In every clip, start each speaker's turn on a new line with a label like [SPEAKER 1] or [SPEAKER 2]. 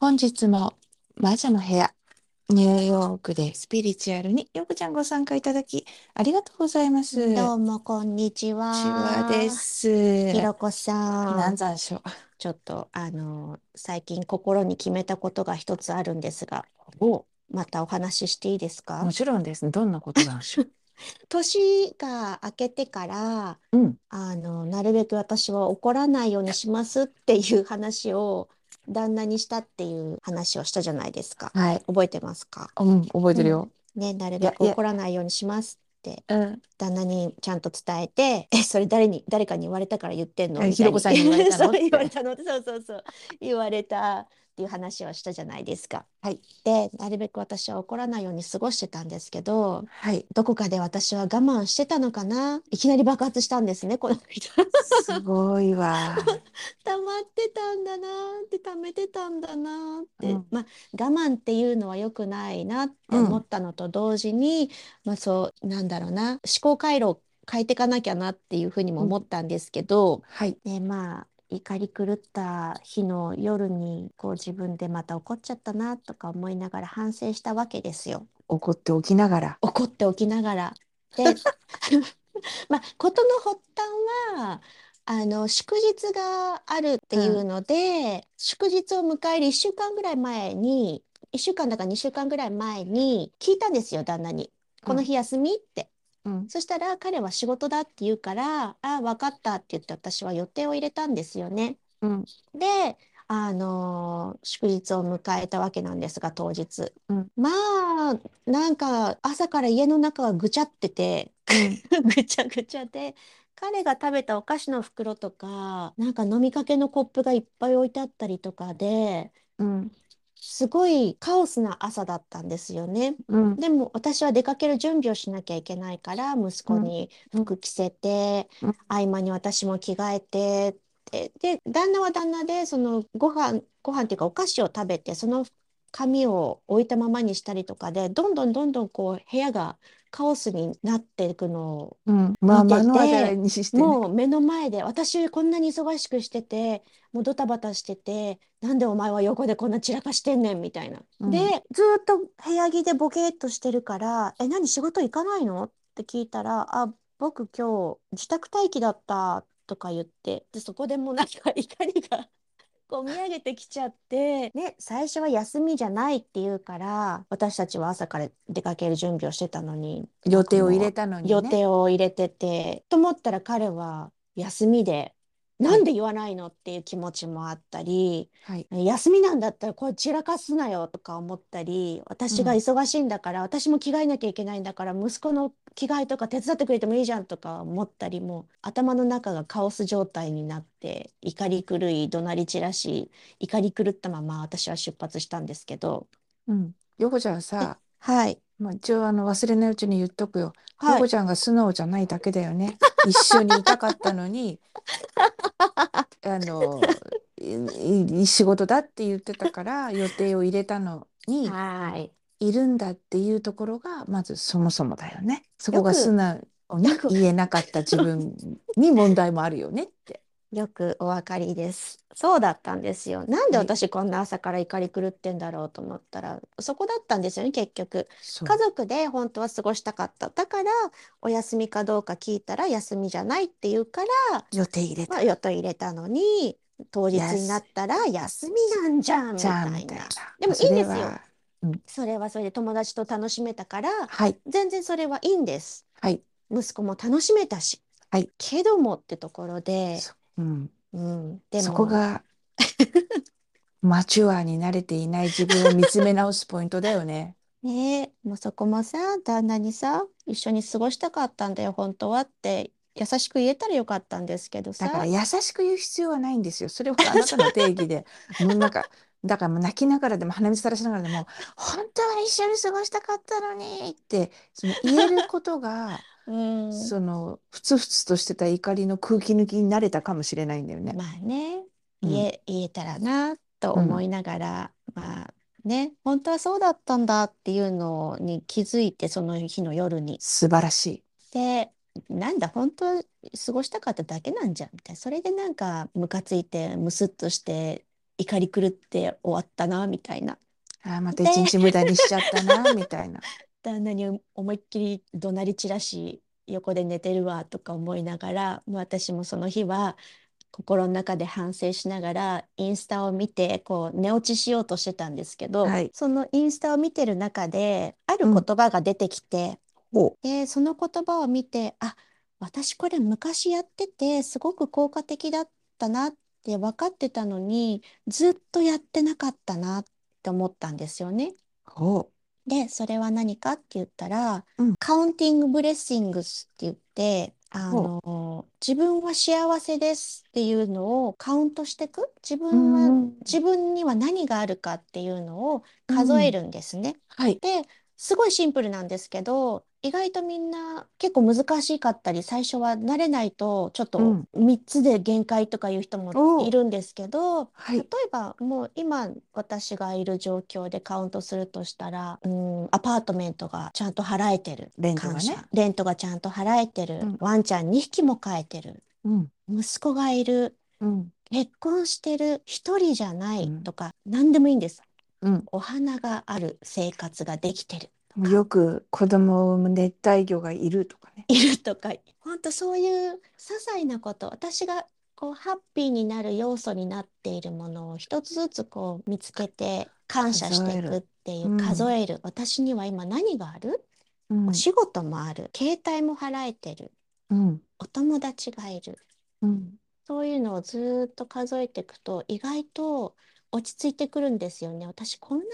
[SPEAKER 1] 本日も魔女の部屋、ニューヨークでスピリチュアルによくちゃんご参加いただき、ありがとうございます。
[SPEAKER 2] どうも、こんにちは。
[SPEAKER 1] ちわで。す。
[SPEAKER 2] ひろこさ
[SPEAKER 1] 南
[SPEAKER 2] ん、
[SPEAKER 1] 山椒。
[SPEAKER 2] ちょっと、あの、最近心に決めたことが一つあるんですが、
[SPEAKER 1] お、
[SPEAKER 2] またお話ししていいですか
[SPEAKER 1] もちろんです。どんなことなんでしょう。
[SPEAKER 2] 年が明けてから、
[SPEAKER 1] うん。
[SPEAKER 2] あの、なるべく私は怒らないようにしますっていう話を、旦那にしたっていう話をしたじゃないですか。
[SPEAKER 1] はい。
[SPEAKER 2] 覚えてますか
[SPEAKER 1] うん、覚えてるよ。
[SPEAKER 2] ね、なる
[SPEAKER 1] いや
[SPEAKER 2] べく
[SPEAKER 1] いや
[SPEAKER 2] 怒らないようにしますって、
[SPEAKER 1] うん。
[SPEAKER 2] 旦那にちゃんと伝えて、え、それ誰に、誰かに言われたから言ってんの
[SPEAKER 1] え
[SPEAKER 2] みたい
[SPEAKER 1] ひろこさんに言われたの
[SPEAKER 2] そ
[SPEAKER 1] っ
[SPEAKER 2] う
[SPEAKER 1] て
[SPEAKER 2] 言われたのそうそうそう。言われたっていう話をしたじゃないですか。
[SPEAKER 1] はい。
[SPEAKER 2] で、なるべく私は怒らないように過ごしてたんですけど、
[SPEAKER 1] はい。
[SPEAKER 2] どこかで私は我慢してたのかないきなり爆発したんですね、この間。
[SPEAKER 1] すごいわ。
[SPEAKER 2] 溜まってたんだなって溜めてたんだなって、
[SPEAKER 1] うん
[SPEAKER 2] まあ我慢っていうのは良くないなって思ったのと同時に、まあそうなんだろうな思考回路を変えていかなきゃなっていうふうにも思ったんですけど、
[SPEAKER 1] はい。
[SPEAKER 2] ねまあ怒り狂った日の夜にこう自分でまた怒っちゃったなとか思いながら反省したわけですよ。
[SPEAKER 1] 怒っておきながら。
[SPEAKER 2] 怒っておきながら。で、 まあ、事の発端は、あの、祝日があるっていうので、祝日を迎える1週間ぐらい前に、1週間だか2週間ぐらい前に聞いたんですよ、旦那に。この日休みって。
[SPEAKER 1] うん。
[SPEAKER 2] そしたら彼は仕事だって言うから、ああ、分かったって言って私は予定を入れたんですよね。
[SPEAKER 1] うん。
[SPEAKER 2] で、あのー祝日を迎えたわけなんですが、当日。
[SPEAKER 1] うん
[SPEAKER 2] まあ、なんか朝から家の中がぐちゃってて、 ぐちゃぐちゃで、彼が食べたお菓子の袋とか、なんか飲みかけのコップがいっぱい置いてあったりとかで、
[SPEAKER 1] うん。
[SPEAKER 2] すごいカオスな朝だったんですよね。
[SPEAKER 1] うん。
[SPEAKER 2] でも私は出かける準備をしなきゃいけないから息子に服着せて、
[SPEAKER 1] うん
[SPEAKER 2] 合間に私も着替えてってで旦那は旦那でそのご飯ご飯っていうかお菓子を食べてその紙を置いたままにしたりとかでどんどんどんどんこう部屋がカオスになっていくのを
[SPEAKER 1] うん。まあ、
[SPEAKER 2] 見て
[SPEAKER 1] 目
[SPEAKER 2] て
[SPEAKER 1] の当たりにしてね。
[SPEAKER 2] もう目の前で私こんなに忙しくしててもうドタバタしててなんでお前は横でこんな散らかしてんねんみたいな。
[SPEAKER 1] うん
[SPEAKER 2] でずーっと部屋着でボケーっとしてるから「え何仕事行かないの?」って聞いたら「あ僕今日自宅待機だった」とか言ってでそこでもうなんか怒りが こう見上げてきちゃって、ね、最初は休みじゃないって言うから私たちは朝から出かける準備をしてたのに
[SPEAKER 1] 予定を入れたのにね。
[SPEAKER 2] 予定を入れてて、と思ったら彼は休みで、なんで言わないのっていう気持ちもあったり、
[SPEAKER 1] はい。
[SPEAKER 2] 休みなんだったらこれ散らかすなよとか思ったり、私が忙しいんだから、私も着替えなきゃいけないんだから、息子の着替えとか手伝ってくれてもいいじゃんとか思ったりも、頭の中がカオス状態になって、怒り狂い、怒鳴り散らし、怒り狂ったまま私は出発したんですけど、
[SPEAKER 1] うん。ヨコちゃんさ、
[SPEAKER 2] はい、
[SPEAKER 1] まあ、一応あの忘れないうちに言っとくよ。ヨ
[SPEAKER 2] はい
[SPEAKER 1] コ、ちゃんが素直じゃないだけだよね。一緒にいたかったの に、あの、いい仕事だって言ってたから予定を入れたのに、
[SPEAKER 2] はい。
[SPEAKER 1] いるんだっていうところが、まずそもそもだよね。そこが
[SPEAKER 2] よく
[SPEAKER 1] 素直に
[SPEAKER 2] よく
[SPEAKER 1] 言えなかった自分に問題もあるよねって。
[SPEAKER 2] よくお分かりです。そうだったんですよ。なんで
[SPEAKER 1] はい
[SPEAKER 2] 私こんな朝から怒り狂ってんだろうと思ったら、そこだったんですよね、結局。
[SPEAKER 1] そう
[SPEAKER 2] 家族で本当は過ごしたかった。だから、お休みかどうか聞いたら、休みじゃないって言うから、
[SPEAKER 1] 予定入れた
[SPEAKER 2] まあ、予定入れたのに、当日になったら、休みなんじゃん、み
[SPEAKER 1] じゃ
[SPEAKER 2] た
[SPEAKER 1] ん
[SPEAKER 2] い
[SPEAKER 1] みたいな
[SPEAKER 2] な。。でもいいんですよ
[SPEAKER 1] それは
[SPEAKER 2] それはそれで友達と楽しめたから、
[SPEAKER 1] はい、
[SPEAKER 2] 全然それはいいんです。
[SPEAKER 1] はい、
[SPEAKER 2] 息子も楽しめたし。
[SPEAKER 1] はい
[SPEAKER 2] けどもってところで、
[SPEAKER 1] そうん。
[SPEAKER 2] うん、で
[SPEAKER 1] そ
[SPEAKER 2] も、
[SPEAKER 1] こ がマチュアに慣れていない自分を見つめ直すポイントだよね。
[SPEAKER 2] ねえ、もうそこもさ、旦那にさ、一緒に過ごしたかったんだよ、本当はって、優しく言えたらよかったんですけど
[SPEAKER 1] だから
[SPEAKER 2] さ、
[SPEAKER 1] 優しく言う必要はないんですよ。それはあなたの定義 で。もうなんか、だからもう泣きながらでも鼻水垂らしながらでも、本当は一緒に過ごしたかったのにって、その言えることが、
[SPEAKER 2] うん。
[SPEAKER 1] その、ふつふつとしてた怒りの空気抜きになれたかもしれないんだよね。
[SPEAKER 2] まあね、
[SPEAKER 1] うん
[SPEAKER 2] 言え、言えたらな、と思いながら、まあね、本当はそうだったんだっていうのに気づいて、その日の夜に。
[SPEAKER 1] 素晴らしい。
[SPEAKER 2] で、なんだ、本当は過ごしたかっただけなんじゃん、みたいな。それでなんか、ムカついて、ムスッとして、怒り狂って終わったなみたいな
[SPEAKER 1] あーまた一日無駄にしちゃったな、みたい な。
[SPEAKER 2] 旦那に思いっきり怒鳴り散らし横で寝てるわとか思いながらもう私もその日は心の中で反省しながらインスタを見てこう寝落ちしようとしてたんですけど、
[SPEAKER 1] はい
[SPEAKER 2] そのインスタを見てる中である
[SPEAKER 1] うん
[SPEAKER 2] 言葉が出てきて、
[SPEAKER 1] ほ
[SPEAKER 2] でその言葉を見てあ私これ昔やっててすごく効果的だったなって分かってたのにずっとやってなかったなって思ったんですよね。
[SPEAKER 1] う。ほ
[SPEAKER 2] で、それは何かって言ったら
[SPEAKER 1] うん、
[SPEAKER 2] カウンティングブレッシングスって言って、あの、自分は幸せですっていうのをカウントしていく。自
[SPEAKER 1] う。う
[SPEAKER 2] 分は、
[SPEAKER 1] ん。
[SPEAKER 2] 自分には何があるかっていうのを数えるんですね。
[SPEAKER 1] はい。
[SPEAKER 2] で、すごいシンプルなんですけど、意外とみんな結構難しかったり、最初は慣れないとちょっ
[SPEAKER 1] う
[SPEAKER 2] と
[SPEAKER 1] ん
[SPEAKER 2] 3つで限界とかいう人もいるんですけど、
[SPEAKER 1] は
[SPEAKER 2] 例え
[SPEAKER 1] い。
[SPEAKER 2] ばもう今私がいる状況でカウントするとしたら、うん、アパートメントがちゃんと払えてる。
[SPEAKER 1] レントがね
[SPEAKER 2] 感謝。レントがちゃんと払えてる。
[SPEAKER 1] うん
[SPEAKER 2] ワンちゃん2匹も飼えてる。
[SPEAKER 1] うん。
[SPEAKER 2] 息子がいる。
[SPEAKER 1] うん。
[SPEAKER 2] 結婚してる。一人じゃない
[SPEAKER 1] うん
[SPEAKER 2] とか、何でもいいんです。
[SPEAKER 1] うん。
[SPEAKER 2] お花がある生活ができてる。
[SPEAKER 1] よく子供を産む熱帯魚がいるとかね。
[SPEAKER 2] いるとか、本当そういう些細なこと、私がこうハッピーになる要素になっているものを一つずつこう見つけて感謝していくっていう数
[SPEAKER 1] 数
[SPEAKER 2] える。私には今何がある
[SPEAKER 1] うん
[SPEAKER 2] お仕事もある。携帯も払えてる。
[SPEAKER 1] うん。
[SPEAKER 2] お友達がいる。
[SPEAKER 1] うん。
[SPEAKER 2] そういうのをずーっと数えていくと意外と落ち着いてくるんですよね。私こんな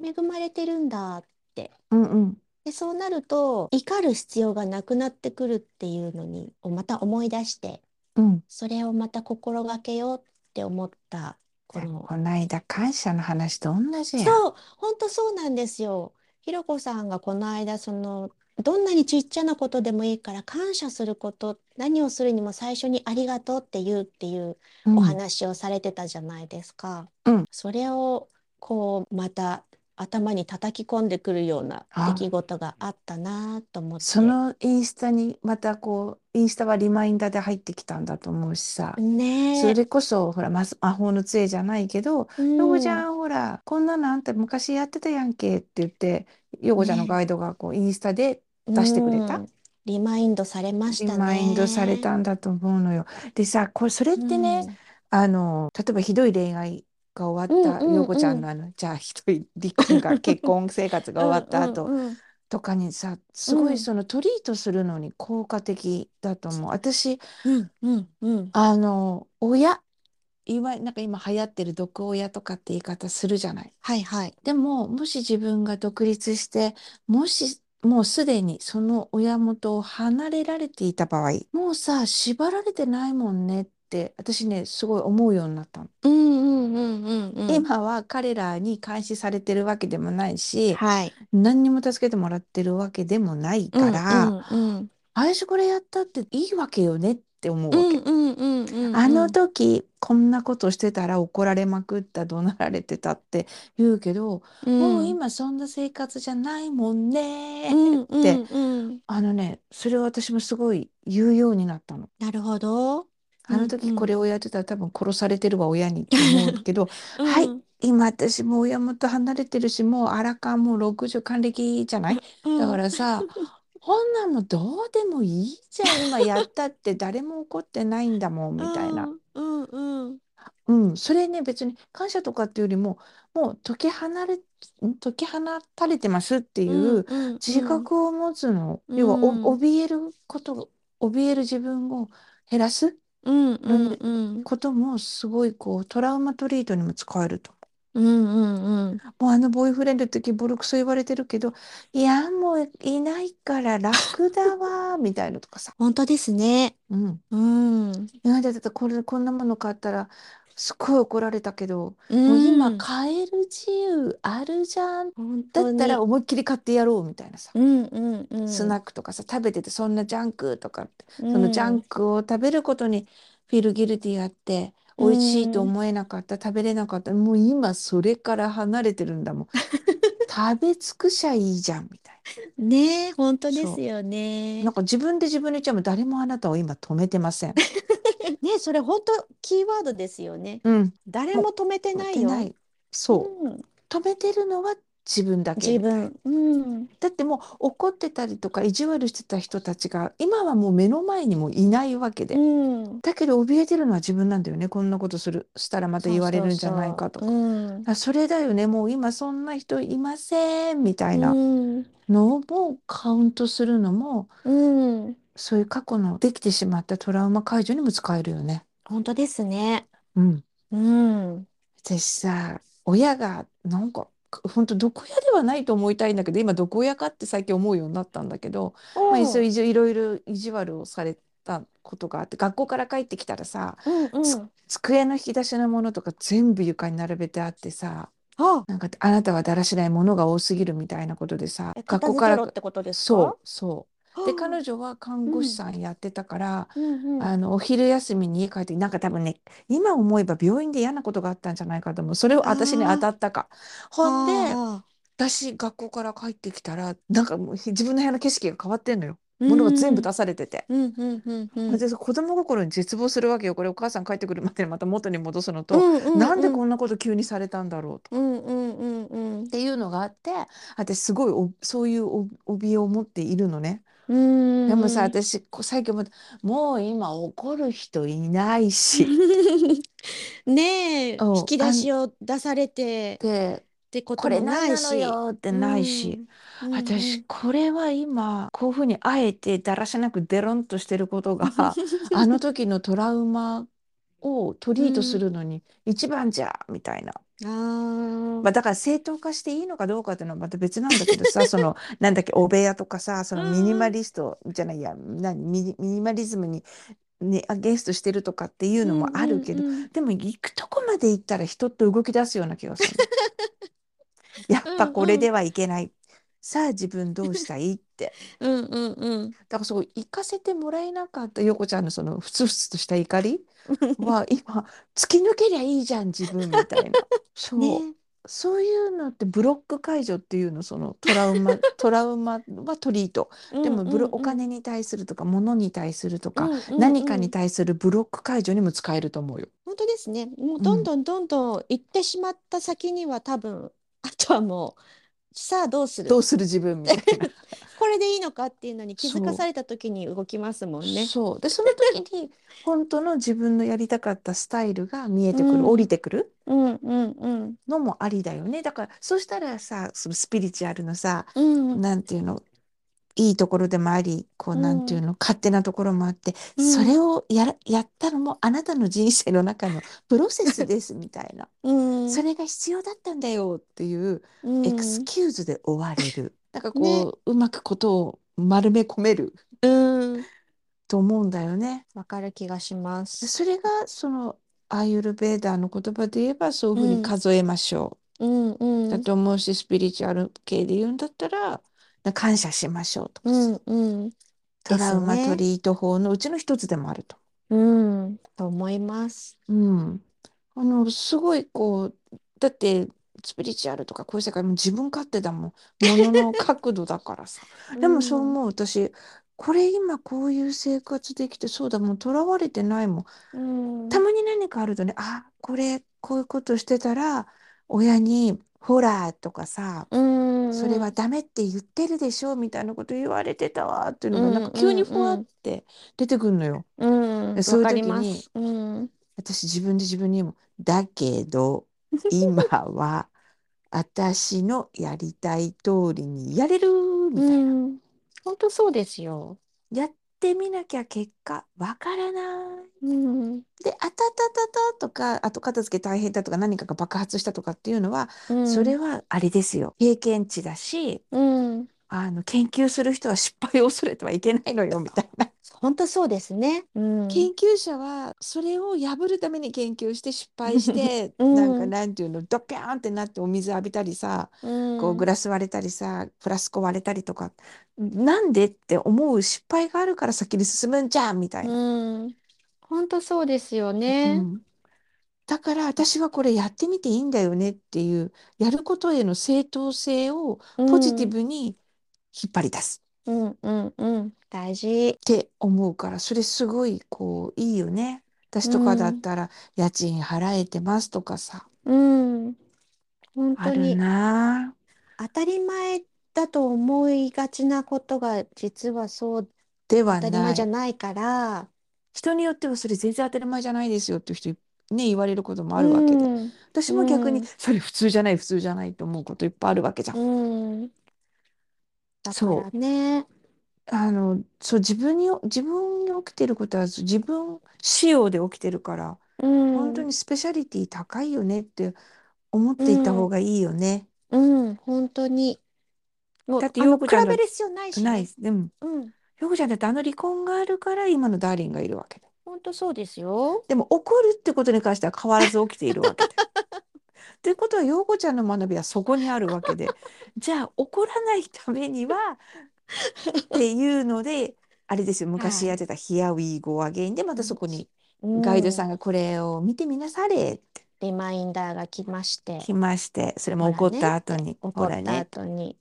[SPEAKER 2] に恵まれてるんだって。
[SPEAKER 1] うん。うん。
[SPEAKER 2] で、そうなると、怒る必要がなくなってくるっていうのに、をまた思い出して、
[SPEAKER 1] うん。
[SPEAKER 2] それをまた心がけようって思った、この、
[SPEAKER 1] こないだ感謝の話と同じやん。
[SPEAKER 2] そう、本当そうなんですよ。ひろこさんがこの間、その、どんなにちっちゃなことでもいいから感謝すること、何をするにも最初にありがとうって言うっていう
[SPEAKER 1] うん
[SPEAKER 2] お話をされてたじゃないですか。
[SPEAKER 1] うん
[SPEAKER 2] それを、こう、また頭に叩き込んでくるような出来事があったなと思って。
[SPEAKER 1] そのインスタにまたこう、インスタはリマインダーで入ってきたんだと思うしさ。
[SPEAKER 2] ねえ、
[SPEAKER 1] それこそ、ほら、ま魔法の杖じゃないけど、
[SPEAKER 2] うん
[SPEAKER 1] ヨコちゃん、ほら、こんなのあんた昔やってたやんけって言って、ヨコちゃんのガイドがこう、インスタで出してくれた
[SPEAKER 2] うんリマインドされまし
[SPEAKER 1] リ
[SPEAKER 2] た
[SPEAKER 1] マインドされた
[SPEAKER 2] ね。
[SPEAKER 1] んだと思うのよ。でさ、これ、それってね、
[SPEAKER 2] うん
[SPEAKER 1] あの、例えばひどい恋愛が終わった
[SPEAKER 2] うんうんうん
[SPEAKER 1] ヨコちゃんのあの、じゃあひどい離婚が、結婚生活が終わった後
[SPEAKER 2] うんうんうん
[SPEAKER 1] とかにさ、すご
[SPEAKER 2] うん
[SPEAKER 1] いそのトリートするのに効果的だと思う。私、
[SPEAKER 2] うんうんうん
[SPEAKER 1] あの、親、いわゆなんか今流行ってる毒親とかって言い方するじゃない。
[SPEAKER 2] はいはい。
[SPEAKER 1] でも、もし自分が独立して、もし、もうすでにその親元を離れられていた場合、もうさ、縛られてないもんねって、私ね、すごい思うようになったの。
[SPEAKER 2] うんうんうんうんうん。
[SPEAKER 1] 今は彼らに監視されてるわけでもないし、
[SPEAKER 2] はい。
[SPEAKER 1] 何にも助けてもらってるわけでもないから、
[SPEAKER 2] うんうん
[SPEAKER 1] 私これやったっていいわけよねって思う
[SPEAKER 2] う
[SPEAKER 1] わ
[SPEAKER 2] ん
[SPEAKER 1] け。
[SPEAKER 2] うんうんうんうん
[SPEAKER 1] あの時、こんなことしてたら怒られまくった、怒鳴られてたって言うけど、
[SPEAKER 2] うん
[SPEAKER 1] もう今そんな生活じゃないもんね
[SPEAKER 2] うんうん
[SPEAKER 1] って、
[SPEAKER 2] うん
[SPEAKER 1] あのね、それを私もすごい言うようになったの。
[SPEAKER 2] なるほど。
[SPEAKER 1] あの
[SPEAKER 2] うんう
[SPEAKER 1] 時
[SPEAKER 2] ん
[SPEAKER 1] これをやってたら多分殺されてるわ親にって思うけど、はい
[SPEAKER 2] うん
[SPEAKER 1] 今私もう親元離れてるし、もう荒川もう60還暦じゃない
[SPEAKER 2] うん
[SPEAKER 1] だからさ、こんなんもうどうでもいいじゃん。今やった って誰も怒ってないんだもんみたいな。
[SPEAKER 2] うんうんうん
[SPEAKER 1] うん、それね、別に感謝とかっていうよりも、もう解き放れ、ん解き放たれてますっていううん
[SPEAKER 2] うんうん
[SPEAKER 1] 自覚を持つの、
[SPEAKER 2] うん
[SPEAKER 1] 要はお
[SPEAKER 2] うん
[SPEAKER 1] 怯えること、怯える自分を減らす
[SPEAKER 2] うんうんうん
[SPEAKER 1] こともすごいこうトラウマトリートにも使えると。
[SPEAKER 2] うんうんうん
[SPEAKER 1] もうあのボーイフレンドの時ボロクソ言われてるけど、いや、もういないから楽だ わ、みたいなとかさ。
[SPEAKER 2] 本当ですね。
[SPEAKER 1] うん。
[SPEAKER 2] うん。
[SPEAKER 1] 今までだってこれ、こんなもの買ったら、すっごい怒られたけど、も
[SPEAKER 2] も
[SPEAKER 1] う今買える自由あるじゃん。
[SPEAKER 2] 本
[SPEAKER 1] だ
[SPEAKER 2] 当
[SPEAKER 1] ったら
[SPEAKER 2] に
[SPEAKER 1] 思いっきり買ってやろうみたいなさ。
[SPEAKER 2] うんうんうん。
[SPEAKER 1] スナックとかさ、食べててそんなジャンクとかって、
[SPEAKER 2] そ
[SPEAKER 1] そのジャンクを食べることにフィルギルティがあって、
[SPEAKER 2] うん
[SPEAKER 1] 美味しいと思えなかった、食べれなかった、もう今それから離れてるんだ もん。食べ尽くしゃいいじゃんみたい
[SPEAKER 2] ねえ、本当ですよね
[SPEAKER 1] な。なん。か自分で自分に言っちゃうもん誰もあなたを今止めてません。
[SPEAKER 2] ね、それ本当キーワードですよね。
[SPEAKER 1] うん。
[SPEAKER 2] 誰も
[SPEAKER 1] も
[SPEAKER 2] 止めて
[SPEAKER 1] う、持
[SPEAKER 2] な
[SPEAKER 1] っ
[SPEAKER 2] い
[SPEAKER 1] てな
[SPEAKER 2] よ。
[SPEAKER 1] い。そう
[SPEAKER 2] うん、
[SPEAKER 1] 止めてるのは自分だけみ
[SPEAKER 2] 自
[SPEAKER 1] たいな。
[SPEAKER 2] 分。うん。
[SPEAKER 1] だってもう怒ってたりとか意地悪してた人たちが今はもう目の前にもいないわけ
[SPEAKER 2] う
[SPEAKER 1] で。
[SPEAKER 2] ん。
[SPEAKER 1] だけど怯えてるのは自分なんだよね。こんなことする、したらまた
[SPEAKER 2] そ
[SPEAKER 1] 言
[SPEAKER 2] う
[SPEAKER 1] われ
[SPEAKER 2] そう
[SPEAKER 1] るんじゃない
[SPEAKER 2] そ
[SPEAKER 1] かと
[SPEAKER 2] う。
[SPEAKER 1] か。
[SPEAKER 2] うん。
[SPEAKER 1] あ、それだよね。もう今そんな人いませんみた
[SPEAKER 2] う。
[SPEAKER 1] いなんのをもうカウントするのも、
[SPEAKER 2] うん。
[SPEAKER 1] そういう過去のできてしまったトラウマ解除にも使えるよね。
[SPEAKER 2] 本当ですね。
[SPEAKER 1] うん。
[SPEAKER 2] うん。
[SPEAKER 1] 私さ、親がなんか、本当毒親ではないと思いたいんだけど、今毒親かって最近思うようになったんだけど、まあ、
[SPEAKER 2] お
[SPEAKER 1] そう
[SPEAKER 2] う。
[SPEAKER 1] いじいろいろ意地悪をされたことがあって、学校から帰ってきたらさ、
[SPEAKER 2] うんう
[SPEAKER 1] つ
[SPEAKER 2] ん。
[SPEAKER 1] 机の引き出しのものとか全部床に並べてあってさ、
[SPEAKER 2] あ、
[SPEAKER 1] なんかあなたはだらしないものが多すぎるみたいなことでさ、
[SPEAKER 2] え、
[SPEAKER 1] 学
[SPEAKER 2] 片
[SPEAKER 1] 校
[SPEAKER 2] 付
[SPEAKER 1] か
[SPEAKER 2] け
[SPEAKER 1] ら
[SPEAKER 2] ろっ
[SPEAKER 1] か、
[SPEAKER 2] てことですか
[SPEAKER 1] そうそう。で、
[SPEAKER 2] はあ
[SPEAKER 1] 彼女は看
[SPEAKER 2] う
[SPEAKER 1] 護師
[SPEAKER 2] ん。
[SPEAKER 1] さんやってたから、
[SPEAKER 2] うんうん。
[SPEAKER 1] あの、お昼休みに家帰って、なんか多分ね、今思えば病院で嫌なことがあったんじゃないかと思う。それを私に当た
[SPEAKER 2] あ
[SPEAKER 1] ったか。
[SPEAKER 2] あ、
[SPEAKER 1] ほんで、
[SPEAKER 2] はあ。
[SPEAKER 1] 私、学校から帰ってきたら、なんかもう自分の部屋の景色が変わってんのよ。
[SPEAKER 2] う
[SPEAKER 1] 物が全部
[SPEAKER 2] ん。
[SPEAKER 1] 出されてて。
[SPEAKER 2] うんうんうんう
[SPEAKER 1] で、
[SPEAKER 2] ん。
[SPEAKER 1] 子供心に絶望するわけよ。これお母さん帰ってくるまでまた元に戻すの
[SPEAKER 2] う
[SPEAKER 1] と、
[SPEAKER 2] んうん
[SPEAKER 1] なんで
[SPEAKER 2] う
[SPEAKER 1] こん
[SPEAKER 2] ん。
[SPEAKER 1] なこと急にされたんだろうと
[SPEAKER 2] う
[SPEAKER 1] か。
[SPEAKER 2] んうんうんうん。
[SPEAKER 1] っていうのがあって、私すごいおそういうお怯えを持っているのね。
[SPEAKER 2] う
[SPEAKER 1] でもさ、
[SPEAKER 2] ーん。
[SPEAKER 1] 私、こう最近思った、もう今怒る人いないし、
[SPEAKER 2] ねえ、引
[SPEAKER 1] うん
[SPEAKER 2] き出
[SPEAKER 1] あん
[SPEAKER 2] しを出されて
[SPEAKER 1] で、
[SPEAKER 2] ってこと
[SPEAKER 1] これ
[SPEAKER 2] も
[SPEAKER 1] 何
[SPEAKER 2] ない
[SPEAKER 1] なの
[SPEAKER 2] し。
[SPEAKER 1] よって
[SPEAKER 2] う
[SPEAKER 1] ない
[SPEAKER 2] ん。う
[SPEAKER 1] し、
[SPEAKER 2] んう
[SPEAKER 1] 私、
[SPEAKER 2] ん。
[SPEAKER 1] これは今、こういうふうにあえてだらしなくデロンとしてること が、あの時のトラウマをト
[SPEAKER 2] う
[SPEAKER 1] リートす
[SPEAKER 2] ん。
[SPEAKER 1] るのに一番じゃ、みたいな。
[SPEAKER 2] あ
[SPEAKER 1] まあ、だから正当化していいのかどうかっていうのはまた別なんだけど さ、その、なんだっけ、欧米屋とかさ、そ
[SPEAKER 2] あ。
[SPEAKER 1] のミニ
[SPEAKER 2] う
[SPEAKER 1] マ
[SPEAKER 2] ん
[SPEAKER 1] リストじゃないや、何、ミニ、ミニマリズムに、ね、アゲインストしてるとかっていう
[SPEAKER 2] う
[SPEAKER 1] の
[SPEAKER 2] ん
[SPEAKER 1] もある
[SPEAKER 2] うん
[SPEAKER 1] けど、
[SPEAKER 2] うん。
[SPEAKER 1] でも行くとこまで行ったら人って動き出すような気がする の。や
[SPEAKER 2] う
[SPEAKER 1] っぱ
[SPEAKER 2] ん
[SPEAKER 1] これ
[SPEAKER 2] う
[SPEAKER 1] で
[SPEAKER 2] ん。
[SPEAKER 1] はいけない。さあ自分どうしたいって。
[SPEAKER 2] うんうんうん。
[SPEAKER 1] だからそう行かせてもらえなかった横ちゃんのそのふつふつとした怒 りは今突き抜けりゃいいじゃん自分みた いな。そ
[SPEAKER 2] ねえ。
[SPEAKER 1] う。そういうのってブロック解除っていうの、そのトラウ マ、トラウマはトリート。
[SPEAKER 2] う
[SPEAKER 1] で
[SPEAKER 2] ん
[SPEAKER 1] も
[SPEAKER 2] う
[SPEAKER 1] ブロ、
[SPEAKER 2] ん
[SPEAKER 1] お
[SPEAKER 2] うん。
[SPEAKER 1] 金に対するとか物に対すると
[SPEAKER 2] う
[SPEAKER 1] か
[SPEAKER 2] んうん
[SPEAKER 1] 何か
[SPEAKER 2] う
[SPEAKER 1] に
[SPEAKER 2] ん。
[SPEAKER 1] 対するブロック解除にも使えると思う よ。
[SPEAKER 2] 本当ですね。もう
[SPEAKER 1] う
[SPEAKER 2] どん
[SPEAKER 1] ん。
[SPEAKER 2] どんどんどん行ってしまった先には多分、 あとはもう、さあどうする
[SPEAKER 1] どう
[SPEAKER 2] っ
[SPEAKER 1] する自分み
[SPEAKER 2] て
[SPEAKER 1] たいな。
[SPEAKER 2] これでいいのかっていうのに気づか
[SPEAKER 1] そ
[SPEAKER 2] さ
[SPEAKER 1] う。
[SPEAKER 2] れた時に動きますもんね。
[SPEAKER 1] そう。で、その時に本当の自分のやりたかったスタイルが見え
[SPEAKER 2] う
[SPEAKER 1] てくる、降
[SPEAKER 2] ん、
[SPEAKER 1] りてくる
[SPEAKER 2] うんうんうん
[SPEAKER 1] のもありだよね。だから、そうしたらさ、そのスピリチュアルのさ、
[SPEAKER 2] うん
[SPEAKER 1] なんていうの、いいところでもあり、こう、
[SPEAKER 2] う
[SPEAKER 1] なんていうんの、勝手なところもあって、
[SPEAKER 2] う
[SPEAKER 1] それ
[SPEAKER 2] ん
[SPEAKER 1] をやら、やったのもあなたの人生の中 のプロセスですみたいな。
[SPEAKER 2] うん
[SPEAKER 1] それが必要だったんだよっていう
[SPEAKER 2] う
[SPEAKER 1] エクス
[SPEAKER 2] ん
[SPEAKER 1] キューズで終われる。なんか
[SPEAKER 2] ね
[SPEAKER 1] こう、うまくことを丸め込める
[SPEAKER 2] うん
[SPEAKER 1] と思うんだよね。
[SPEAKER 2] わかる気がしま。
[SPEAKER 1] ですそれがそのアーユルヴェーダーの言葉で言えばそういう
[SPEAKER 2] う
[SPEAKER 1] ふうに
[SPEAKER 2] ん
[SPEAKER 1] 数えましょ
[SPEAKER 2] うん
[SPEAKER 1] う
[SPEAKER 2] う
[SPEAKER 1] だ
[SPEAKER 2] ん
[SPEAKER 1] と思うしスピリチュアル系で言うんだったらな感謝しましょうと
[SPEAKER 2] う
[SPEAKER 1] かさ
[SPEAKER 2] んうん
[SPEAKER 1] ト
[SPEAKER 2] で
[SPEAKER 1] ラ
[SPEAKER 2] す
[SPEAKER 1] ウマト
[SPEAKER 2] ね。
[SPEAKER 1] リート法のうちの一つでもあると。
[SPEAKER 2] うんと思います。
[SPEAKER 1] うん、あのすごいこうだってスピリチュアルとかこういう世界も自分勝手だもんものの角度だからさ
[SPEAKER 2] う
[SPEAKER 1] でもそうん思う私これ今こういう生活できてそうだもんとらわれてないもん
[SPEAKER 2] う
[SPEAKER 1] た
[SPEAKER 2] ん
[SPEAKER 1] まに何かあるとね、あ、これ、こういうことしてたら、親に、ほら、とかさ、
[SPEAKER 2] う
[SPEAKER 1] それ
[SPEAKER 2] んう
[SPEAKER 1] は
[SPEAKER 2] ん
[SPEAKER 1] ダメって言ってるでしょ、みたいなこと言われてたわ、っていう
[SPEAKER 2] う
[SPEAKER 1] のが、なん
[SPEAKER 2] ん
[SPEAKER 1] か急にふわ
[SPEAKER 2] う
[SPEAKER 1] っ
[SPEAKER 2] ん
[SPEAKER 1] て出てくるのよ。
[SPEAKER 2] うん
[SPEAKER 1] で
[SPEAKER 2] わ
[SPEAKER 1] そういう
[SPEAKER 2] かり
[SPEAKER 1] 時
[SPEAKER 2] ま
[SPEAKER 1] に、
[SPEAKER 2] す。うん
[SPEAKER 1] 私自分で自分にも、だけ ど、今は、私のやりたい通りにやれる、みたいな。
[SPEAKER 2] うん本当そうですよ。
[SPEAKER 1] やってみなきゃ結果、わからない。
[SPEAKER 2] うん
[SPEAKER 1] で、あたたたたとか、後片付け大変だとか、何かが爆発したとかっていうのは、
[SPEAKER 2] う
[SPEAKER 1] そ
[SPEAKER 2] ん
[SPEAKER 1] れはあれですよ。経験値だし、
[SPEAKER 2] うん
[SPEAKER 1] あの、研究する人は失敗を恐れてはいけないのよ、みたいな。
[SPEAKER 2] 本当そうですね。う ん。
[SPEAKER 1] 研究者は、それを破るために研究して失敗して、
[SPEAKER 2] う
[SPEAKER 1] なんか、
[SPEAKER 2] ん。
[SPEAKER 1] なんて いうの、ドピャーンってなってお水浴びたりさ、
[SPEAKER 2] う
[SPEAKER 1] こう、グ
[SPEAKER 2] ん。
[SPEAKER 1] ラス割れたりさ、フラスコ割れたりとか、なんでって思う失敗があるから先に進むんじゃん、みたいな。
[SPEAKER 2] うん。本当そうですよ
[SPEAKER 1] う
[SPEAKER 2] ね。
[SPEAKER 1] ん。だから私はこれやってみていいんだよねっていうやることへの正当性を
[SPEAKER 2] う
[SPEAKER 1] ポジティ
[SPEAKER 2] ん。
[SPEAKER 1] ブに引っ張り出す
[SPEAKER 2] うんうんうん。大事。
[SPEAKER 1] って思うからそれすごいこういいよね。私
[SPEAKER 2] う
[SPEAKER 1] とかだっ
[SPEAKER 2] ん、
[SPEAKER 1] たら、家賃払えてますとかさ、
[SPEAKER 2] うん、本
[SPEAKER 1] あ
[SPEAKER 2] 当
[SPEAKER 1] る
[SPEAKER 2] に
[SPEAKER 1] なぁ。
[SPEAKER 2] 当たり前だと思いがちなことが実はそう
[SPEAKER 1] で
[SPEAKER 2] 当
[SPEAKER 1] は
[SPEAKER 2] たり前
[SPEAKER 1] な
[SPEAKER 2] じゃ
[SPEAKER 1] い。
[SPEAKER 2] ないから、
[SPEAKER 1] 人によってはそれ全然当たり前じゃないですよっていう人い、ね、言われることもあ
[SPEAKER 2] う
[SPEAKER 1] るわけで。
[SPEAKER 2] ん、
[SPEAKER 1] 私も逆
[SPEAKER 2] う
[SPEAKER 1] に、
[SPEAKER 2] ん、
[SPEAKER 1] それ普通じゃない、普通じゃないと思うこといっぱいあるわけじゃん。
[SPEAKER 2] うん、だか
[SPEAKER 1] そ
[SPEAKER 2] らね、
[SPEAKER 1] う。あの、そう、自分に、自分に起きてることはそう自分仕様で起きてるから、
[SPEAKER 2] う
[SPEAKER 1] 本当
[SPEAKER 2] ん、
[SPEAKER 1] にスペシャリティ高いよねって思っ
[SPEAKER 2] う
[SPEAKER 1] ていた方
[SPEAKER 2] ん、
[SPEAKER 1] がいいよね。
[SPEAKER 2] うん、本当に。も
[SPEAKER 1] だっ
[SPEAKER 2] う、
[SPEAKER 1] て、
[SPEAKER 2] あ
[SPEAKER 1] よう
[SPEAKER 2] の、
[SPEAKER 1] こ
[SPEAKER 2] 比
[SPEAKER 1] ちゃんだ
[SPEAKER 2] べ
[SPEAKER 1] っ
[SPEAKER 2] る必要ない
[SPEAKER 1] て
[SPEAKER 2] し
[SPEAKER 1] ないで
[SPEAKER 2] ね。
[SPEAKER 1] す。でも、
[SPEAKER 2] うん、
[SPEAKER 1] ようこちゃんだってあの離婚があるから今のダーリンがいるわけで。
[SPEAKER 2] 本当そうですよ。
[SPEAKER 1] でも、怒るってことに関しては変わらず起きているわけで。ということは、陽子ちゃんの学びはそこにあるわけで、じゃあ怒らないためにはっていうので、あれですよ、昔
[SPEAKER 2] は
[SPEAKER 1] やっ
[SPEAKER 2] い。
[SPEAKER 1] てた Here we go again で、ま
[SPEAKER 2] う
[SPEAKER 1] た
[SPEAKER 2] ん、
[SPEAKER 1] そこにガイド
[SPEAKER 2] う
[SPEAKER 1] さん
[SPEAKER 2] ん
[SPEAKER 1] がこれを見てみなされって
[SPEAKER 2] リマインダーが来まして、
[SPEAKER 1] 来まして、それも
[SPEAKER 2] ほら
[SPEAKER 1] 怒っ
[SPEAKER 2] ねった
[SPEAKER 1] 後
[SPEAKER 2] て、
[SPEAKER 1] に、ほ
[SPEAKER 2] 怒っ
[SPEAKER 1] ら
[SPEAKER 2] た
[SPEAKER 1] ね、と。
[SPEAKER 2] 後に、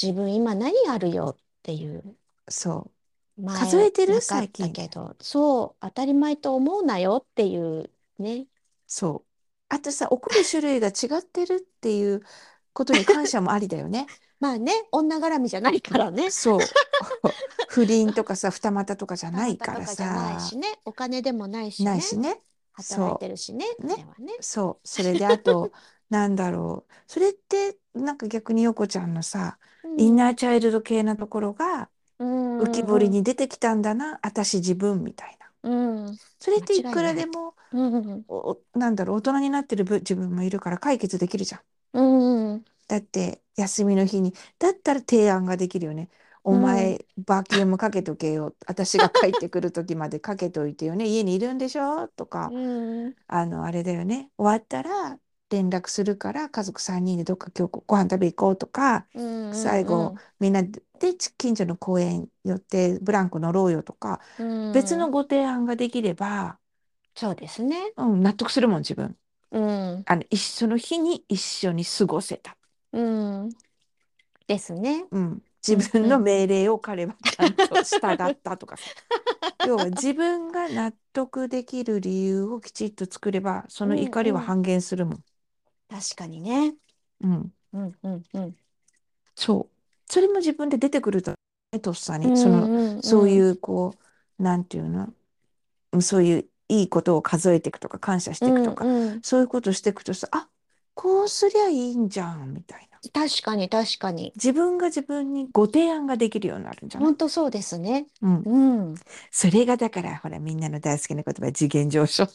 [SPEAKER 2] 自分今何あるよっていう、
[SPEAKER 1] そう。数え
[SPEAKER 2] 前
[SPEAKER 1] てる
[SPEAKER 2] なかっ
[SPEAKER 1] 最
[SPEAKER 2] た
[SPEAKER 1] 近。
[SPEAKER 2] けど、そう、当たり前と思うなよっていう、ね。
[SPEAKER 1] そう。あとさ、怒る種類が違ってるっていうことに感謝もありだよね。
[SPEAKER 2] まあね、女絡みじゃないから ね。
[SPEAKER 1] そう。不倫とかさ、二股とかじゃ
[SPEAKER 2] 二
[SPEAKER 1] ない
[SPEAKER 2] 股
[SPEAKER 1] か
[SPEAKER 2] と
[SPEAKER 1] ら
[SPEAKER 2] かじゃな
[SPEAKER 1] さ、
[SPEAKER 2] いしね、お金でもないし
[SPEAKER 1] ない
[SPEAKER 2] ね、
[SPEAKER 1] しね。
[SPEAKER 2] 働いて
[SPEAKER 1] そ
[SPEAKER 2] るしね、
[SPEAKER 1] う。
[SPEAKER 2] 彼
[SPEAKER 1] ね。
[SPEAKER 2] はね。
[SPEAKER 1] そう。それであ と、なんだろう。それって、なんか逆に横ちゃんのさ、
[SPEAKER 2] う
[SPEAKER 1] インナー
[SPEAKER 2] ん、
[SPEAKER 1] チャイルド系なところが
[SPEAKER 2] う
[SPEAKER 1] 浮き彫り
[SPEAKER 2] ん、
[SPEAKER 1] に出てきたんだな、私自分みたいな。
[SPEAKER 2] うん、うん
[SPEAKER 1] それってい
[SPEAKER 2] 間違
[SPEAKER 1] く
[SPEAKER 2] い
[SPEAKER 1] ら
[SPEAKER 2] な
[SPEAKER 1] で
[SPEAKER 2] い。
[SPEAKER 1] も、
[SPEAKER 2] うん、
[SPEAKER 1] お、おなんだろう、大人になってる分自分もいるから解決できるじゃん。
[SPEAKER 2] うん、
[SPEAKER 1] だって休みの日に、だったら提案ができるよね。お
[SPEAKER 2] うん。
[SPEAKER 1] 前、バキュームかけとけよ。私が帰ってくる時までかけといてよね。家にいるんでしょとか、
[SPEAKER 2] うん、
[SPEAKER 1] あの、あれだよね。終わったら連絡するから家族3人でどっか今日ご飯食べ行こうとか、
[SPEAKER 2] うん、
[SPEAKER 1] 最
[SPEAKER 2] う
[SPEAKER 1] 後
[SPEAKER 2] ん、
[SPEAKER 1] みんなで近所の公園寄ってブランコ乗ろうよとか、
[SPEAKER 2] う
[SPEAKER 1] 別
[SPEAKER 2] ん、う
[SPEAKER 1] の
[SPEAKER 2] ん、
[SPEAKER 1] ご提案ができれば、
[SPEAKER 2] そうですね。
[SPEAKER 1] うん、納得するもん自分。
[SPEAKER 2] うん、
[SPEAKER 1] あの、一緒の日に一緒に過ごせた。
[SPEAKER 2] うん、ですね。
[SPEAKER 1] うん、
[SPEAKER 2] う
[SPEAKER 1] 自
[SPEAKER 2] ん、
[SPEAKER 1] 分
[SPEAKER 2] う
[SPEAKER 1] の
[SPEAKER 2] ん。
[SPEAKER 1] 命令を彼はちゃんと従った とかさ。要は自分が納得できる理由をきちっと作れば、そうの
[SPEAKER 2] ん、
[SPEAKER 1] 怒りは
[SPEAKER 2] うん。
[SPEAKER 1] 半減するもん。
[SPEAKER 2] 確かにね。
[SPEAKER 1] うん。
[SPEAKER 2] うん、うん、うん。
[SPEAKER 1] そう。それも自分で出てくると、ね、とっさ
[SPEAKER 2] う
[SPEAKER 1] に、その、
[SPEAKER 2] ん、うん、
[SPEAKER 1] そう
[SPEAKER 2] う
[SPEAKER 1] い
[SPEAKER 2] ん、
[SPEAKER 1] う、こう、なんていうの、うんそういういいことを数えていくとか、感謝し
[SPEAKER 2] う
[SPEAKER 1] ていく
[SPEAKER 2] ん、
[SPEAKER 1] とか、
[SPEAKER 2] うん。
[SPEAKER 1] そういうことしていくとさ、あ、こうすりゃいいんじゃん、みたいな。
[SPEAKER 2] 確かに、確かに。
[SPEAKER 1] 自分が自分にご提案ができるようになるんじゃない
[SPEAKER 2] 本当そうですね。
[SPEAKER 1] うん。
[SPEAKER 2] うん。
[SPEAKER 1] それがだから、ほら、みんなの大好きな言葉、次元上昇って。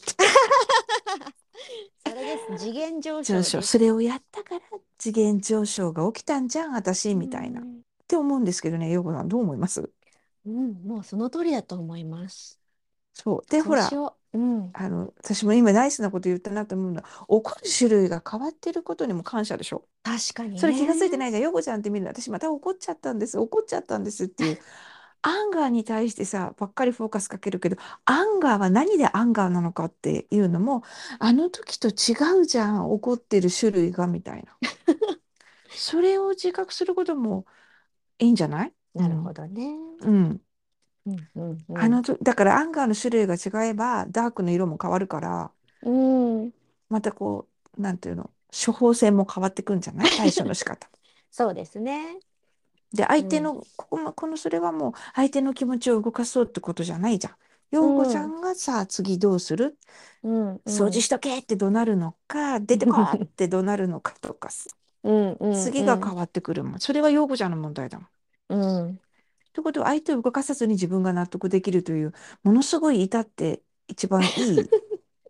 [SPEAKER 2] それです。次元上
[SPEAKER 1] 上
[SPEAKER 2] 昇
[SPEAKER 1] 昇。
[SPEAKER 2] で
[SPEAKER 1] そ
[SPEAKER 2] す。
[SPEAKER 1] れをやったから、次元上昇が起きたんじゃん、私、
[SPEAKER 2] う
[SPEAKER 1] みたいな。っ
[SPEAKER 2] ん、
[SPEAKER 1] て思うんですけどね、ようこさん、どう思います
[SPEAKER 2] うん、もうその通りだと思います。
[SPEAKER 1] そう。で、
[SPEAKER 2] そ
[SPEAKER 1] ほ
[SPEAKER 2] う
[SPEAKER 1] ら、
[SPEAKER 2] しよう。うん。
[SPEAKER 1] あの、私も今ナイスなこと言ったなと思うのは、怒る種類が変わってることにも感謝でしょ。
[SPEAKER 2] 確かに
[SPEAKER 1] それ気がついて
[SPEAKER 2] ね。
[SPEAKER 1] ないじゃん。ヨコちゃんって見るの、私また怒っちゃったんです、怒っちゃったんです っていう、アンガーに対してさ、ばっかりフォーカスかけるけど、アンガーは何でアンガーなのかっていうのも、あの時と違うじゃん、怒ってる種類が、みた いな。それを自覚することもいいんじゃないう
[SPEAKER 2] なるほ
[SPEAKER 1] ん。
[SPEAKER 2] どね。
[SPEAKER 1] うん。
[SPEAKER 2] うん、うん、
[SPEAKER 1] あ
[SPEAKER 2] う
[SPEAKER 1] のと、だからアンガーの種類が違えば、ダークの色も変わるから、
[SPEAKER 2] ん。うん。
[SPEAKER 1] またこう、なんていうの、処方箋も変わってくんじゃ ない対処の仕方。
[SPEAKER 2] そうですね。
[SPEAKER 1] で、相
[SPEAKER 2] う
[SPEAKER 1] 手
[SPEAKER 2] ん。
[SPEAKER 1] の、ここも、このそれはもう、相手の気持ちを動かそうってことじゃないじゃん。
[SPEAKER 2] う
[SPEAKER 1] 陽子ちゃ
[SPEAKER 2] ん。
[SPEAKER 1] んがさ、次どうする
[SPEAKER 2] うん。う
[SPEAKER 1] 掃除
[SPEAKER 2] ん。
[SPEAKER 1] しとけって怒鳴るのか、出てこーって怒鳴るのかとかさ、
[SPEAKER 2] うん。うん。
[SPEAKER 1] 次
[SPEAKER 2] う
[SPEAKER 1] が
[SPEAKER 2] ん。
[SPEAKER 1] 変わってくるもん。それは陽子ちゃんの問題だもん。
[SPEAKER 2] うん。
[SPEAKER 1] ということは、相手を動かさずに自分が納得できるという、ものすごい至って一番いい、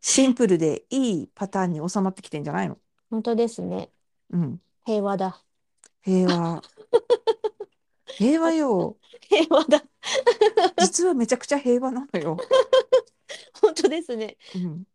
[SPEAKER 1] シンプルでいいパターンに収まってきてんじゃないの
[SPEAKER 2] 本当ですね。
[SPEAKER 1] うん。
[SPEAKER 2] 平和だ。
[SPEAKER 1] 平 和。平和よ。
[SPEAKER 2] 平和だ。
[SPEAKER 1] 実はめちゃくちゃ平和なのよ。
[SPEAKER 2] 本当ですね。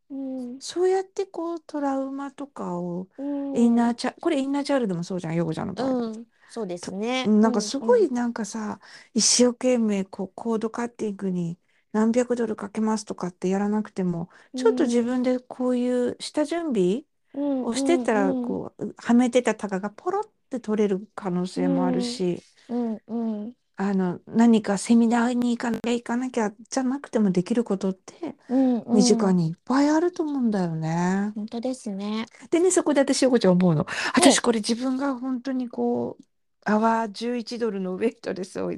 [SPEAKER 1] うん。
[SPEAKER 2] うん。
[SPEAKER 1] そうやってこうトラウマとかを
[SPEAKER 2] う
[SPEAKER 1] イン
[SPEAKER 2] ん。
[SPEAKER 1] ナーチャ、これインナーチャイルドもそうじゃん、ヨコちゃんの場合だ
[SPEAKER 2] う
[SPEAKER 1] と。
[SPEAKER 2] ん。そうです
[SPEAKER 1] と、
[SPEAKER 2] ね。
[SPEAKER 1] なん
[SPEAKER 2] う
[SPEAKER 1] か
[SPEAKER 2] ん。
[SPEAKER 1] す
[SPEAKER 2] う
[SPEAKER 1] ごい
[SPEAKER 2] ん。
[SPEAKER 1] なんかさ、一生懸命こうコードカッティングに何百ドルかけますとかってやらなくても、
[SPEAKER 2] う
[SPEAKER 1] ちょっと
[SPEAKER 2] ん。
[SPEAKER 1] 自分でこういう下準備
[SPEAKER 2] うん。
[SPEAKER 1] をしてったら、
[SPEAKER 2] うん。
[SPEAKER 1] こう、はめてたタガがポロって取れる可能
[SPEAKER 2] う
[SPEAKER 1] 性もある
[SPEAKER 2] ん。
[SPEAKER 1] し、
[SPEAKER 2] うん。うん。
[SPEAKER 1] あの、何かセミナーに行かなきゃ、行かなきゃじゃなくてもできることって
[SPEAKER 2] うん
[SPEAKER 1] 身
[SPEAKER 2] う
[SPEAKER 1] 近
[SPEAKER 2] ん。
[SPEAKER 1] にいっぱいあると思うんだよね。
[SPEAKER 2] 本当ですね。
[SPEAKER 1] でね、そこで私、横ちゃん思うの。私、
[SPEAKER 2] ええ、
[SPEAKER 1] これ自分が本当にこう、アワー11ドルのウェイトレスを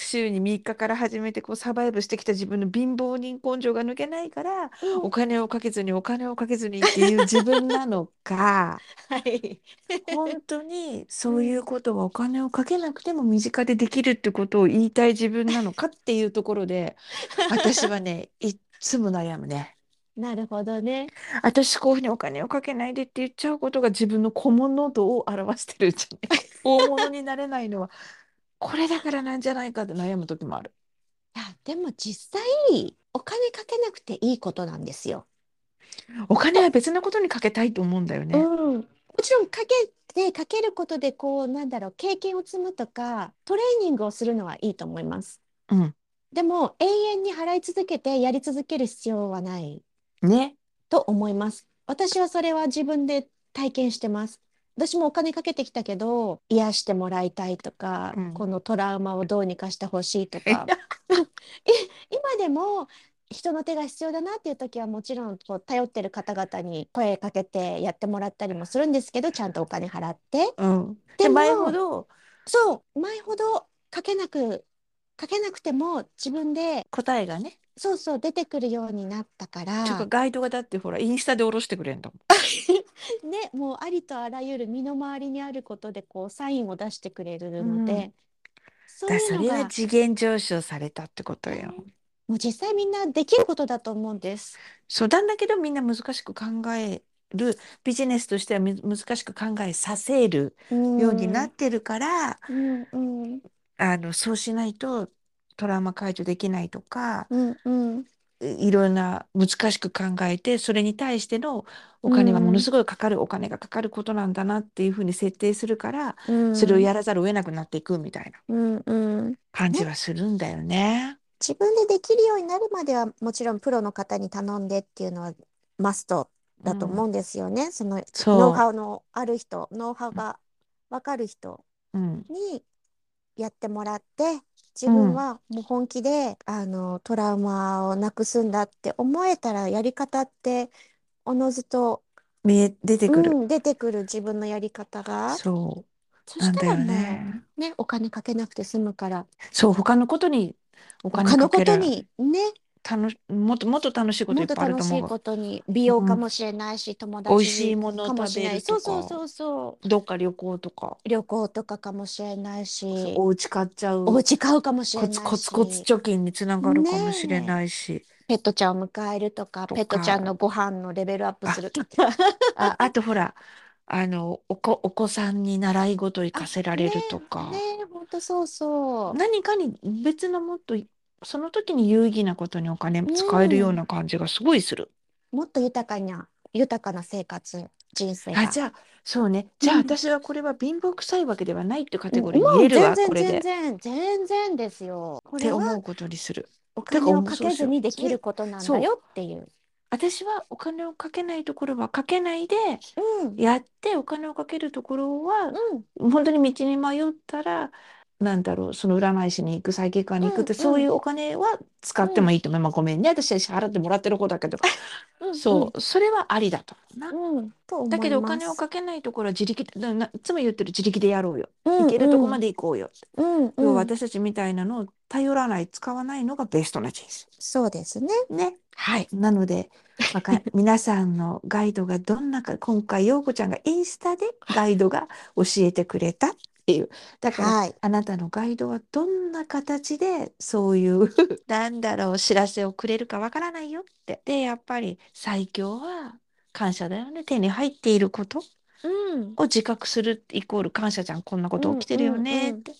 [SPEAKER 1] 週に3日から始めてこうサバイブしてきた自分の貧乏人根性が抜けないから
[SPEAKER 2] う
[SPEAKER 1] お
[SPEAKER 2] ん。
[SPEAKER 1] 金をかけずにお金をかけずにっていう自分なのか
[SPEAKER 2] はい。
[SPEAKER 1] 本当に
[SPEAKER 2] う。
[SPEAKER 1] そういうんことはお金をかけなくても身近でできるってことを言いたい自分なのかっていうところで私はねいっつも悩むね。
[SPEAKER 2] なるほどね。
[SPEAKER 1] 私こういうふうにお金をかけないでって言っちゃうことが自分の小物度を表してるんじゃ ない大物になれないのはこれだからなんじゃないかって悩む時もある。
[SPEAKER 2] いや、でも実際、お金かけなくていいことなんですよ。
[SPEAKER 1] お金は別なことにかけたいと思うんだよね。
[SPEAKER 2] うん。もちろんかけて、かけることで、こう、なんだろう、経験を積むとか、トレーニングをするのはいいと思います。
[SPEAKER 1] うん。
[SPEAKER 2] でも、永遠に払い続けて、やり続ける必要はない
[SPEAKER 1] ね。
[SPEAKER 2] と思います。私はそれは自分で体験してます。私もお金かけてきたけど、癒してもらいたいとか、
[SPEAKER 1] う
[SPEAKER 2] こ
[SPEAKER 1] ん。
[SPEAKER 2] のトラウマをどうにかしてほしいとか、い今でも人の手が必要だなっていう時はもちろんこう頼ってる方々に声かけてやってもらったりもするんですけどちゃんとお金払って。
[SPEAKER 1] うん。
[SPEAKER 2] で
[SPEAKER 1] で、前ほ
[SPEAKER 2] も
[SPEAKER 1] ど
[SPEAKER 2] そう前ほどかけなくかけなくても自分で
[SPEAKER 1] 答えがね、
[SPEAKER 2] そうそう出てくるようになったか
[SPEAKER 1] とからガイドがだってほら、インスタで下ろしてくれんだもん。
[SPEAKER 2] ねもうありとあらゆる身の回りにあることでこうサインを出してくれる
[SPEAKER 1] う
[SPEAKER 2] の
[SPEAKER 1] ん。
[SPEAKER 2] でそう
[SPEAKER 1] だ、
[SPEAKER 2] いう
[SPEAKER 1] そ
[SPEAKER 2] の
[SPEAKER 1] れは
[SPEAKER 2] が
[SPEAKER 1] 次元上昇されたってことよ。
[SPEAKER 2] ねもう実際みんなできることだと思うんです。
[SPEAKER 1] そうなんだけど、みんな難しく考える、ビジネスとしてはむ難しく考えさせる
[SPEAKER 2] う
[SPEAKER 1] ようにな
[SPEAKER 2] ー
[SPEAKER 1] っ
[SPEAKER 2] ん
[SPEAKER 1] てるから、
[SPEAKER 2] うんうん
[SPEAKER 1] あの、そうしないとトラウマ解除できないとか、
[SPEAKER 2] うんうん
[SPEAKER 1] いろんな難しく考えて、それに対してのお
[SPEAKER 2] う
[SPEAKER 1] 金はもの
[SPEAKER 2] ん
[SPEAKER 1] すごいかかる、お金がかかることなんだなっていうふうに設定するから、
[SPEAKER 2] う
[SPEAKER 1] それを
[SPEAKER 2] ん
[SPEAKER 1] やらざるを得なくなっていくみたいな
[SPEAKER 2] うんうん
[SPEAKER 1] 感
[SPEAKER 2] ね、
[SPEAKER 1] じはするんだよね。
[SPEAKER 2] 自分でできるようになるまではもちろんプロの方に頼んでっていうのはマスト
[SPEAKER 1] う。
[SPEAKER 2] だと思うんんですよね。そのノウハ
[SPEAKER 1] そ
[SPEAKER 2] ウのある人、ノウハウ
[SPEAKER 1] う。
[SPEAKER 2] がわかる人
[SPEAKER 1] うん。
[SPEAKER 2] にやってもらって、自
[SPEAKER 1] う
[SPEAKER 2] 分
[SPEAKER 1] ん。
[SPEAKER 2] はもう本気であのトラウマをなくすんだって思えたらやり方っておのずと、
[SPEAKER 1] 見え、出てくる。
[SPEAKER 2] うん、出てくる自分のやり方が。
[SPEAKER 1] そう。
[SPEAKER 2] そし
[SPEAKER 1] なん
[SPEAKER 2] た
[SPEAKER 1] だ
[SPEAKER 2] ら
[SPEAKER 1] よ
[SPEAKER 2] も
[SPEAKER 1] ね。
[SPEAKER 2] うね、お金かけなくて済むから。
[SPEAKER 1] そう、他のことにお金
[SPEAKER 2] 他の
[SPEAKER 1] か
[SPEAKER 2] こ
[SPEAKER 1] け
[SPEAKER 2] と
[SPEAKER 1] る。
[SPEAKER 2] にね、
[SPEAKER 1] 楽し、もっともっと楽しいこと
[SPEAKER 2] も
[SPEAKER 1] い
[SPEAKER 2] っ
[SPEAKER 1] っ
[SPEAKER 2] と
[SPEAKER 1] ぱいある
[SPEAKER 2] 楽
[SPEAKER 1] と
[SPEAKER 2] し
[SPEAKER 1] 思
[SPEAKER 2] いうこ
[SPEAKER 1] わ。
[SPEAKER 2] とに、美
[SPEAKER 1] う
[SPEAKER 2] 容か
[SPEAKER 1] ん。
[SPEAKER 2] もしれないし、友
[SPEAKER 1] 美味しい
[SPEAKER 2] 達
[SPEAKER 1] ものを
[SPEAKER 2] かも
[SPEAKER 1] 食
[SPEAKER 2] しれ
[SPEAKER 1] べ
[SPEAKER 2] ない。
[SPEAKER 1] る
[SPEAKER 2] そ
[SPEAKER 1] と
[SPEAKER 2] うそう
[SPEAKER 1] か、
[SPEAKER 2] そうそう。
[SPEAKER 1] どっか旅行とか、
[SPEAKER 2] 旅行とかかもしれない
[SPEAKER 1] そう、
[SPEAKER 2] し、
[SPEAKER 1] お家買っちゃ
[SPEAKER 2] お
[SPEAKER 1] う。
[SPEAKER 2] 家買うかもしれ
[SPEAKER 1] コツ
[SPEAKER 2] ない
[SPEAKER 1] コツコツ
[SPEAKER 2] し、
[SPEAKER 1] 貯金につながる
[SPEAKER 2] ね
[SPEAKER 1] かもしれ
[SPEAKER 2] え、
[SPEAKER 1] ないし、
[SPEAKER 2] ペットちゃんを迎えるとか、
[SPEAKER 1] と
[SPEAKER 2] ペットちゃん
[SPEAKER 1] か、
[SPEAKER 2] のご飯のレベルアップす
[SPEAKER 1] あ、
[SPEAKER 2] るとか。
[SPEAKER 1] あ、 あとほら、あの、お子、お子さんに習い事行
[SPEAKER 2] あ、
[SPEAKER 1] かせられ
[SPEAKER 2] ね
[SPEAKER 1] ると
[SPEAKER 2] え、 ね
[SPEAKER 1] か、
[SPEAKER 2] え、ほんとそうそ
[SPEAKER 1] 何かに別のもっと、その時に有意義なことにお金
[SPEAKER 2] う。
[SPEAKER 1] 使えるよ
[SPEAKER 2] う、
[SPEAKER 1] うんな感じがすごいする。
[SPEAKER 2] もっと豊かな、豊かな生活、人生
[SPEAKER 1] あ、
[SPEAKER 2] が。
[SPEAKER 1] じゃあ、そうね。
[SPEAKER 2] う
[SPEAKER 1] じゃあ
[SPEAKER 2] ん
[SPEAKER 1] 私はこれは貧乏くさいわけではないってカ
[SPEAKER 2] う
[SPEAKER 1] テ
[SPEAKER 2] ん、
[SPEAKER 1] ゴリーに入れ
[SPEAKER 2] もう
[SPEAKER 1] る
[SPEAKER 2] 全
[SPEAKER 1] わ、
[SPEAKER 2] 然
[SPEAKER 1] これ
[SPEAKER 2] 全
[SPEAKER 1] で。っ
[SPEAKER 2] 然全然ですよ。こ
[SPEAKER 1] て
[SPEAKER 2] れは
[SPEAKER 1] 思うことにする。
[SPEAKER 2] お
[SPEAKER 1] だから
[SPEAKER 2] 金を
[SPEAKER 1] お
[SPEAKER 2] か
[SPEAKER 1] そう
[SPEAKER 2] けず
[SPEAKER 1] しよ
[SPEAKER 2] にで
[SPEAKER 1] う。
[SPEAKER 2] きる
[SPEAKER 1] で、
[SPEAKER 2] ことなんだ
[SPEAKER 1] そう。
[SPEAKER 2] よっていう。
[SPEAKER 1] 私はお金をかけないところはかけないで
[SPEAKER 2] うん、
[SPEAKER 1] やってお金をかけるところは
[SPEAKER 2] うん、
[SPEAKER 1] 本当に道に迷ったらなんだろうその占い師に行くサイキックに行
[SPEAKER 2] う
[SPEAKER 1] くっ
[SPEAKER 2] ん、
[SPEAKER 1] て
[SPEAKER 2] う
[SPEAKER 1] そうい
[SPEAKER 2] ん、
[SPEAKER 1] うお金は使
[SPEAKER 2] う
[SPEAKER 1] って
[SPEAKER 2] ん、
[SPEAKER 1] もいいと思う。まあ、ごめんね私は支払ってもらってる方だけど
[SPEAKER 2] うん、う
[SPEAKER 1] そ
[SPEAKER 2] ん、
[SPEAKER 1] うそれはありだと思うな。
[SPEAKER 2] うん、と
[SPEAKER 1] だ
[SPEAKER 2] 思
[SPEAKER 1] け
[SPEAKER 2] い
[SPEAKER 1] どお
[SPEAKER 2] ま
[SPEAKER 1] 金を
[SPEAKER 2] す。
[SPEAKER 1] かけないところは自力で、なないつも言ってる自力でやろうよ。
[SPEAKER 2] う
[SPEAKER 1] 行
[SPEAKER 2] ん、
[SPEAKER 1] けるとこ
[SPEAKER 2] う
[SPEAKER 1] ま
[SPEAKER 2] ん、
[SPEAKER 1] で行こうよ。
[SPEAKER 2] うん、
[SPEAKER 1] 要は
[SPEAKER 2] うん、
[SPEAKER 1] 私たちみたいなのを頼らない、使わないのがベストな人生。
[SPEAKER 2] そうですね。
[SPEAKER 1] ね。はい。なので、わ か、皆さんのガイドがどんなか、今回、陽子ちゃんがインスタでガイドが教えてくれたっていう。だから、
[SPEAKER 2] はい、
[SPEAKER 1] あなたのガイドはどんな形で、そういう なんだろう、知らせをくれるかわからないよって。で、やっぱり最強は感謝だよね。手に入っていること。
[SPEAKER 2] うん、
[SPEAKER 1] を自覚するイコール感謝じゃん、こんなこ
[SPEAKER 2] う
[SPEAKER 1] と起
[SPEAKER 2] ん、
[SPEAKER 1] きてる
[SPEAKER 2] う
[SPEAKER 1] よ
[SPEAKER 2] ん、
[SPEAKER 1] ねっ
[SPEAKER 2] うん、
[SPEAKER 1] て。
[SPEAKER 2] う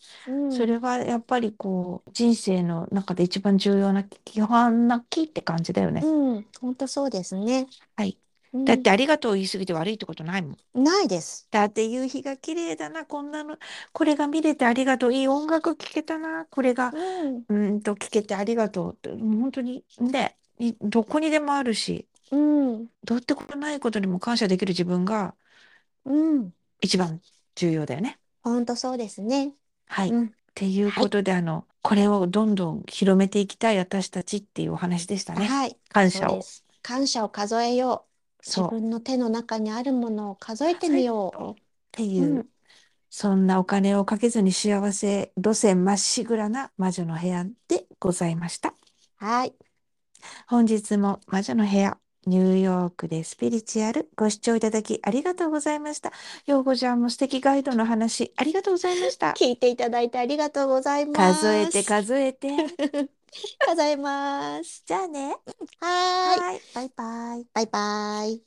[SPEAKER 1] そ
[SPEAKER 2] ん、
[SPEAKER 1] れはやっぱりこう、人生の中で一番重要な基本なキーって感じだよね。
[SPEAKER 2] うん、本当そうですね。
[SPEAKER 1] はい。
[SPEAKER 2] う
[SPEAKER 1] だっ
[SPEAKER 2] ん、
[SPEAKER 1] てありがとう言い過ぎて悪いってことないもん。
[SPEAKER 2] ないです。
[SPEAKER 1] だって夕日が綺麗だな、こんなの、これが見れてありがとう、いい音楽聴けたな、これが、
[SPEAKER 2] うん、
[SPEAKER 1] うーんと聴けてありがとうって、本当にね、いどこにでもあるし、
[SPEAKER 2] うん、
[SPEAKER 1] どうってことないことにも感謝できる自分が
[SPEAKER 2] うん、
[SPEAKER 1] 一番重要だよね。
[SPEAKER 2] 本当そうですね。
[SPEAKER 1] はい。
[SPEAKER 2] うん。
[SPEAKER 1] っていう
[SPEAKER 2] は
[SPEAKER 1] こ
[SPEAKER 2] い。
[SPEAKER 1] とで、あの、これをどんどん広めていきたい私たちっていうお話でしたね。
[SPEAKER 2] はい。
[SPEAKER 1] 感
[SPEAKER 2] そう
[SPEAKER 1] 謝
[SPEAKER 2] で
[SPEAKER 1] を。
[SPEAKER 2] す。感謝を数えよう。自
[SPEAKER 1] そう。
[SPEAKER 2] 分の手の中にあるものを数えて
[SPEAKER 1] 数
[SPEAKER 2] み
[SPEAKER 1] える
[SPEAKER 2] よ
[SPEAKER 1] とって
[SPEAKER 2] う。
[SPEAKER 1] いうう、
[SPEAKER 2] ん。
[SPEAKER 1] そんなお金をかけずに幸せ路線まっしぐらな魔女の部屋でございました。
[SPEAKER 2] はい。
[SPEAKER 1] 本日も魔女の部屋、ニューヨークでスピリチュアル、ご視聴いただきありがとうございました。ようこちゃんも素敵ガイドの話、ありがとうございました。
[SPEAKER 2] 聞いていただいてありがとうござい
[SPEAKER 1] 数え
[SPEAKER 2] ま
[SPEAKER 1] て
[SPEAKER 2] す。
[SPEAKER 1] 数えて。
[SPEAKER 2] 数えます。
[SPEAKER 1] じゃあね。
[SPEAKER 2] はーい。
[SPEAKER 1] はーい。バイバイ。
[SPEAKER 2] バイバイ。